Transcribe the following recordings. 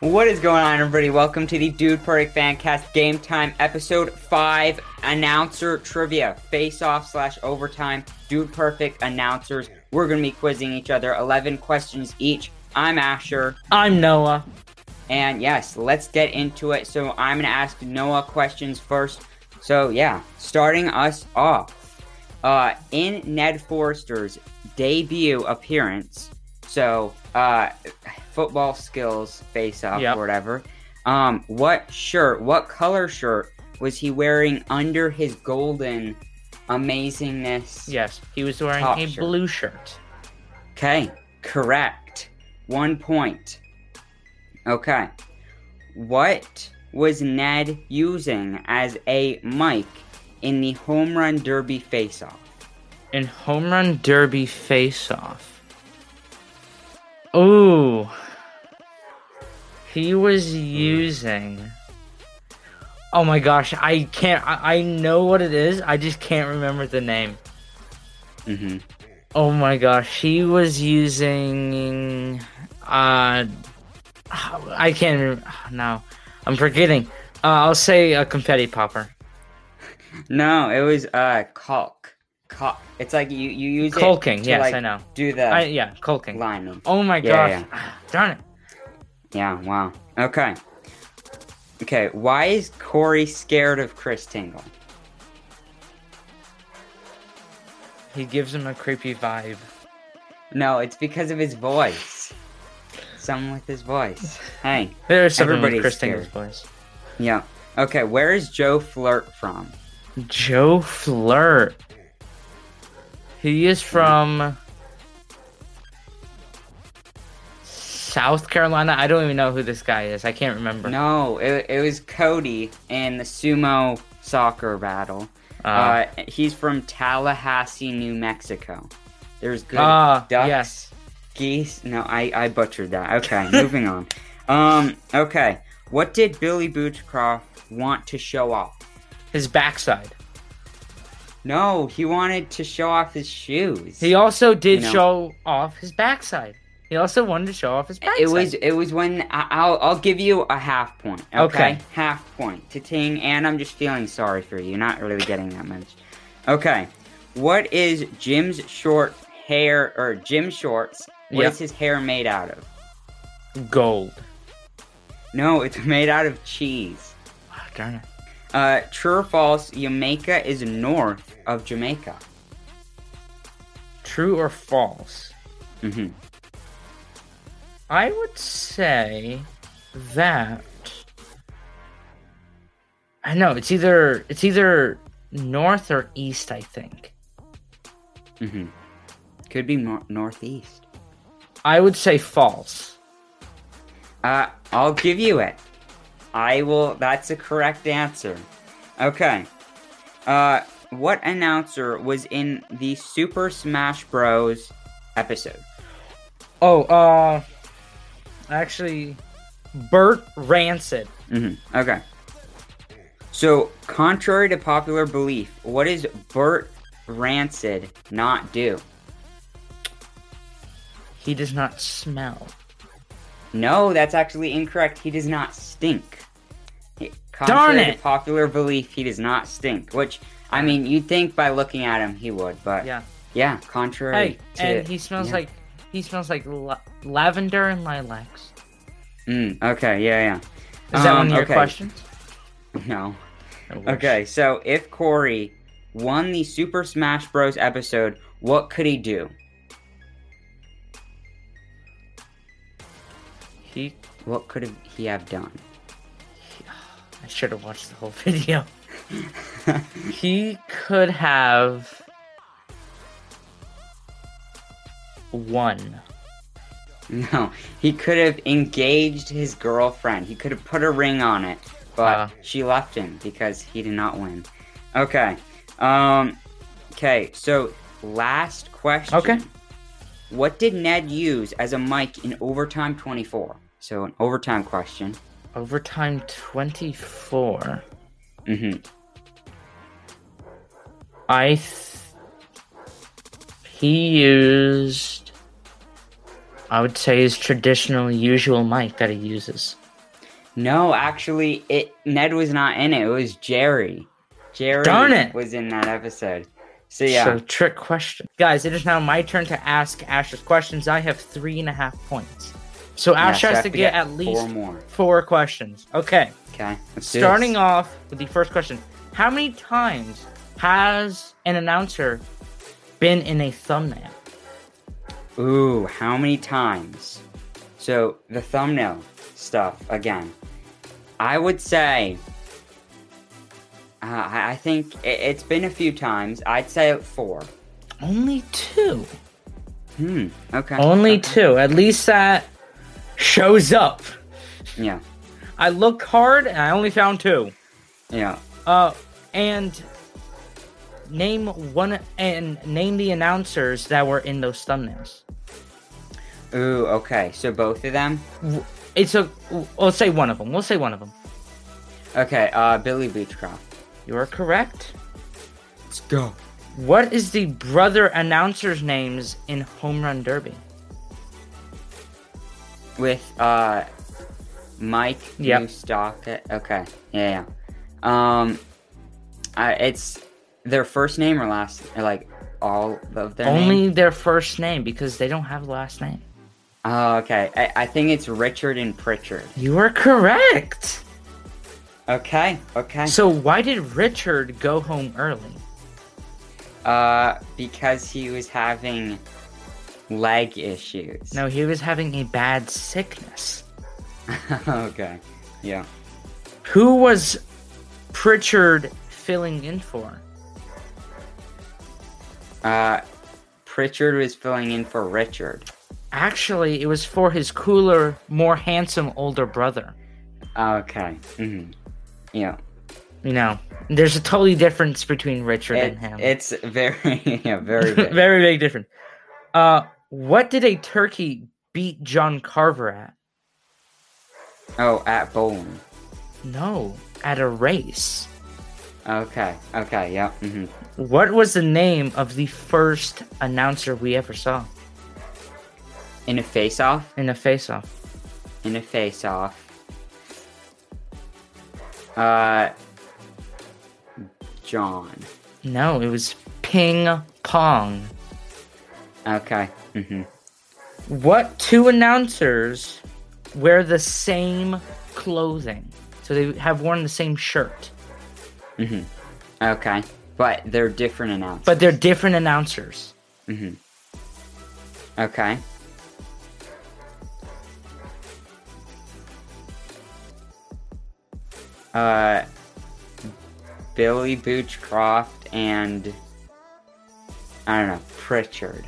What is going on, everybody? Welcome to the Dude Perfect Fancast Game Time Episode 5 Announcer Trivia Face Off slash Overtime Dude Perfect Announcers. We're going to be quizzing each other 11 questions each. I'm Asher. I'm Noah. And yes, let's get into it. So I'm going to ask Noah questions first. So, yeah, starting us off. Uh, in Ned Forster's debut appearance, so uh, football skills face off Yep. or whatever. Um, what shirt, what color shirt was he wearing under his golden amazingness? Yes, he was wearing Top a shirt. blue shirt. Okay, correct. One point. Okay. What was Ned using as a mic in the home run derby face off? In home run derby face off. Ooh. He was using. Oh my gosh, I can't. I, I know what it is. I just can't remember the name. Mm-hmm. Oh my gosh, he was using. Uh, I can't. Remember. No, I'm forgetting. Uh, I'll say a confetti popper. No, it was uh caulk. Caulk. It's like you you use Caulking, It to, yes, like, I know. Do the I, yeah, Colking. lining. Oh my Oh. Yeah, gosh. Darn it. Yeah. Wow. Okay. Okay. Why is Corey scared of Chris Tingle? He gives him a creepy vibe. No, it's because of his voice. Something with his voice. Hey. There's something with Everybody's Chris Tingle's scared. voice. Yeah. Okay, where is Joe Flirt from? Joe Flirt. He is from South Carolina. I don't even know who this guy is. I can't remember. No, it, it was Cody in the sumo soccer battle. Uh, Uh, he's from Tallahassee, New Mexico. There's good Ah, uh, ducks, yes. geese. No, I, I butchered that. Okay, moving on. Um, okay. What did Billy Butchcroft want to show off? His backside. No, he wanted to show off his shoes. He also did You know. show off his backside. He also wanted to show off his backside. It was it was when I- I'll I'll give you a half point. Okay, Okay. half point to Ting, and I'm just feeling sorry for you. You're not really getting that much. Okay, what is Jim's short hair or Jim shorts? What is Yeah. his hair made out of? gold. No, it's made out of cheese. Ah, darn it. Uh, true or false? Jamaica is north of Jamaica. True or false? hmm I would say that I know it's either it's either north or east. I think hmm Could be nor- northeast. I would say false. Uh, I'll give you it. I will. That's a correct answer. Okay. Uh, what announcer was in the Super Smash Bros. episode? Oh, uh, actually, Bert Rancid. hmm Okay. So, contrary to popular belief, what does Bert Rancid not do? He does not smell. No, that's actually incorrect. He does not stink. He- Darn contrary it. To popular belief, he does not stink. Which, I mean, you'd think by looking at him he would, but Yeah. Yeah, contrary. Hey, to, and he smells yeah. like he smells like la- lavender and lilacs. Mm, okay, yeah, yeah. Is that Um, one of your okay. questions? No. I wish. Okay, so if Corey won the Super Smash Bros. episode, what could he do? He, What could have he have done? I should have watched the whole video. he could have one. No, he could have engaged his girlfriend. He could have put a ring on it, but Uh. she left him because he did not win. Okay. Um okay, so last question. Okay. What did Ned use as a mic in overtime 24? So an overtime question. Overtime 24. Mhm. I. Th- he used. I would say his traditional, usual mic that he uses. No, actually it Ned was not in it. It was Jerry. Jerry Darn it! was in that episode. So yeah. So, trick question. Guys, it is now my turn to ask Ash's questions. I have three and a half points. So, yeah, Ash so I has have to get, at least four more. four questions. Okay. Okay. Let's do this. Starting off with the first question How many times has an announcer been in a thumbnail? Ooh, how many times? So the thumbnail stuff again. I would say. Uh, I I think it, it's been a few times. I'd say four. Only two. Hmm. Okay. Only okay. two. At least that shows up. Yeah. I looked hard and I only found two. Yeah. Uh, and name one and name the announcers that were in those thumbnails. Ooh. Okay. So both of them. W- It's a. We'll say one of them. We'll say one of them. Okay. Uh, Billy Beechcroft. You are correct. Let's go. What is the brother announcers' names in Home Run Derby? With uh, Mike Yep. Mustaka. Okay. Yeah. yeah. Um, I, it's their first name or last, or like all of their names? Only their first name because they don't have a last name. Oh, okay. I, I think it's Richard and Pritchard. You are correct. Okay, okay. So why did Richard go home early? Uh, because he was having leg issues. No, he was having a bad sickness. okay. Yeah. Who was Pritchard filling in for? Uh, Pritchard was filling in for Richard. Actually, it was for his cooler, more handsome older brother. Okay. hmm Yeah. You know, there's a totally difference between Richard It, and him. it's very, yeah, very big. Very big difference. Uh, what did a turkey beat John Carver at? oh, at bowling. No, at a race. Okay, okay, yeah. hmm What was the name of the first announcer we ever saw In a face off? in a face-off? In a face off. Uh, John. No, it was ping pong. Okay. hmm What two announcers wear the same clothing? So they have worn the same shirt, Okay. But they're different announcers. but they're different announcers. okay. Uh, Billy Boochcroft and I don't know Pritchard.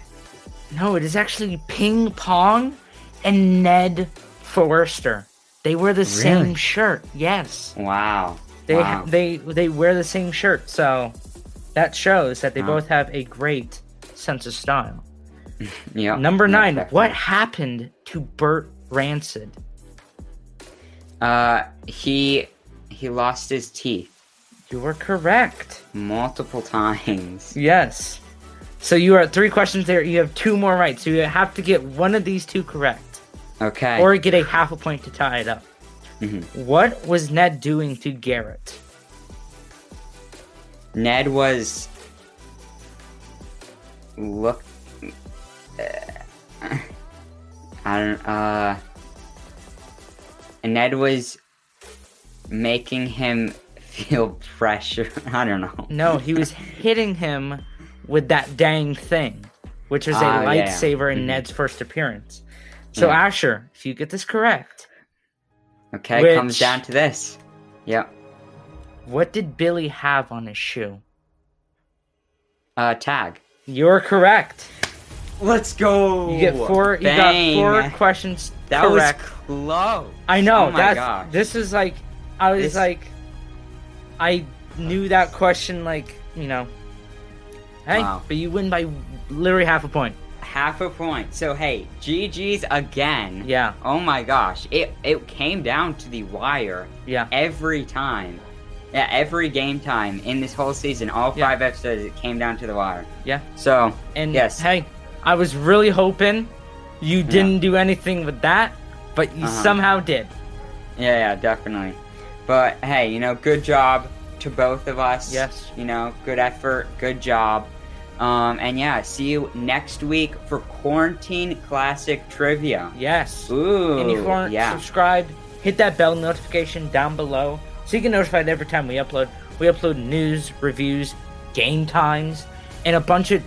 No, it is actually Ping Pong and Ned Forrester. They wear the same shirt. Yes, Wow. they wow. they they wear the same shirt. So that shows that they Wow. both have a great sense of style. yeah. Number yeah, nine. What definitely. happened to Bert Rancid? Uh, he he lost his teeth You were correct. multiple times. Yes. So you are at three questions there. You have two more right. So you have to get one of these two correct, Okay. or get a half a point to tie it up. Mm-hmm. What was Ned doing to Garrett? Ned was look. uh, I don't. Uh, and Ned was making him feel pressure. I don't know. No, he was hitting him with that dang thing, which was a Ah, yeah. Mm. lightsaber in Mhm. Ned's first appearance. So, Yeah. Asher, if you get this correct, Okay, it comes Which- down to this. Yep. what did Billy have on his shoe? Uh, tag. You're correct. Let's go. You get four. Bang. You got four questions That correct. was close. I know. Oh my that's gosh. this is like I was This- like I knew that question like, you know. Hey, Wow. but you win by literally half a point. half a point. So hey, GG's again. Yeah. Oh my gosh. It it came down to the wire Yeah. every time. Yeah, every game time in this whole season, all Yeah. five episodes, it came down to the wire. Yeah. So And yes, hey, I was really hoping you didn't do anything with that, but you Uh-huh. somehow did. yeah, yeah, definitely. But hey, you know, good job to both of us. Yes. You know, good effort, good job. Um, and yeah, see you next week for quarantine classic trivia. Yes. Ooh, and you can yeah. subscribe, hit that bell notification down below so you get notified every time we upload. We upload news, reviews, game times, and a bunch of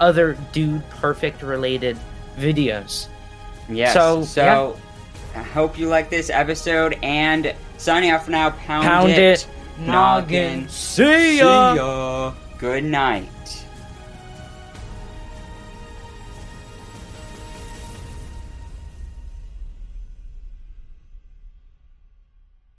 other dude perfect related videos. Yes. So, So, I hope you like this episode and signing off for now. Pound, Pound it, noggin. noggin. See See ya. ya. Good night.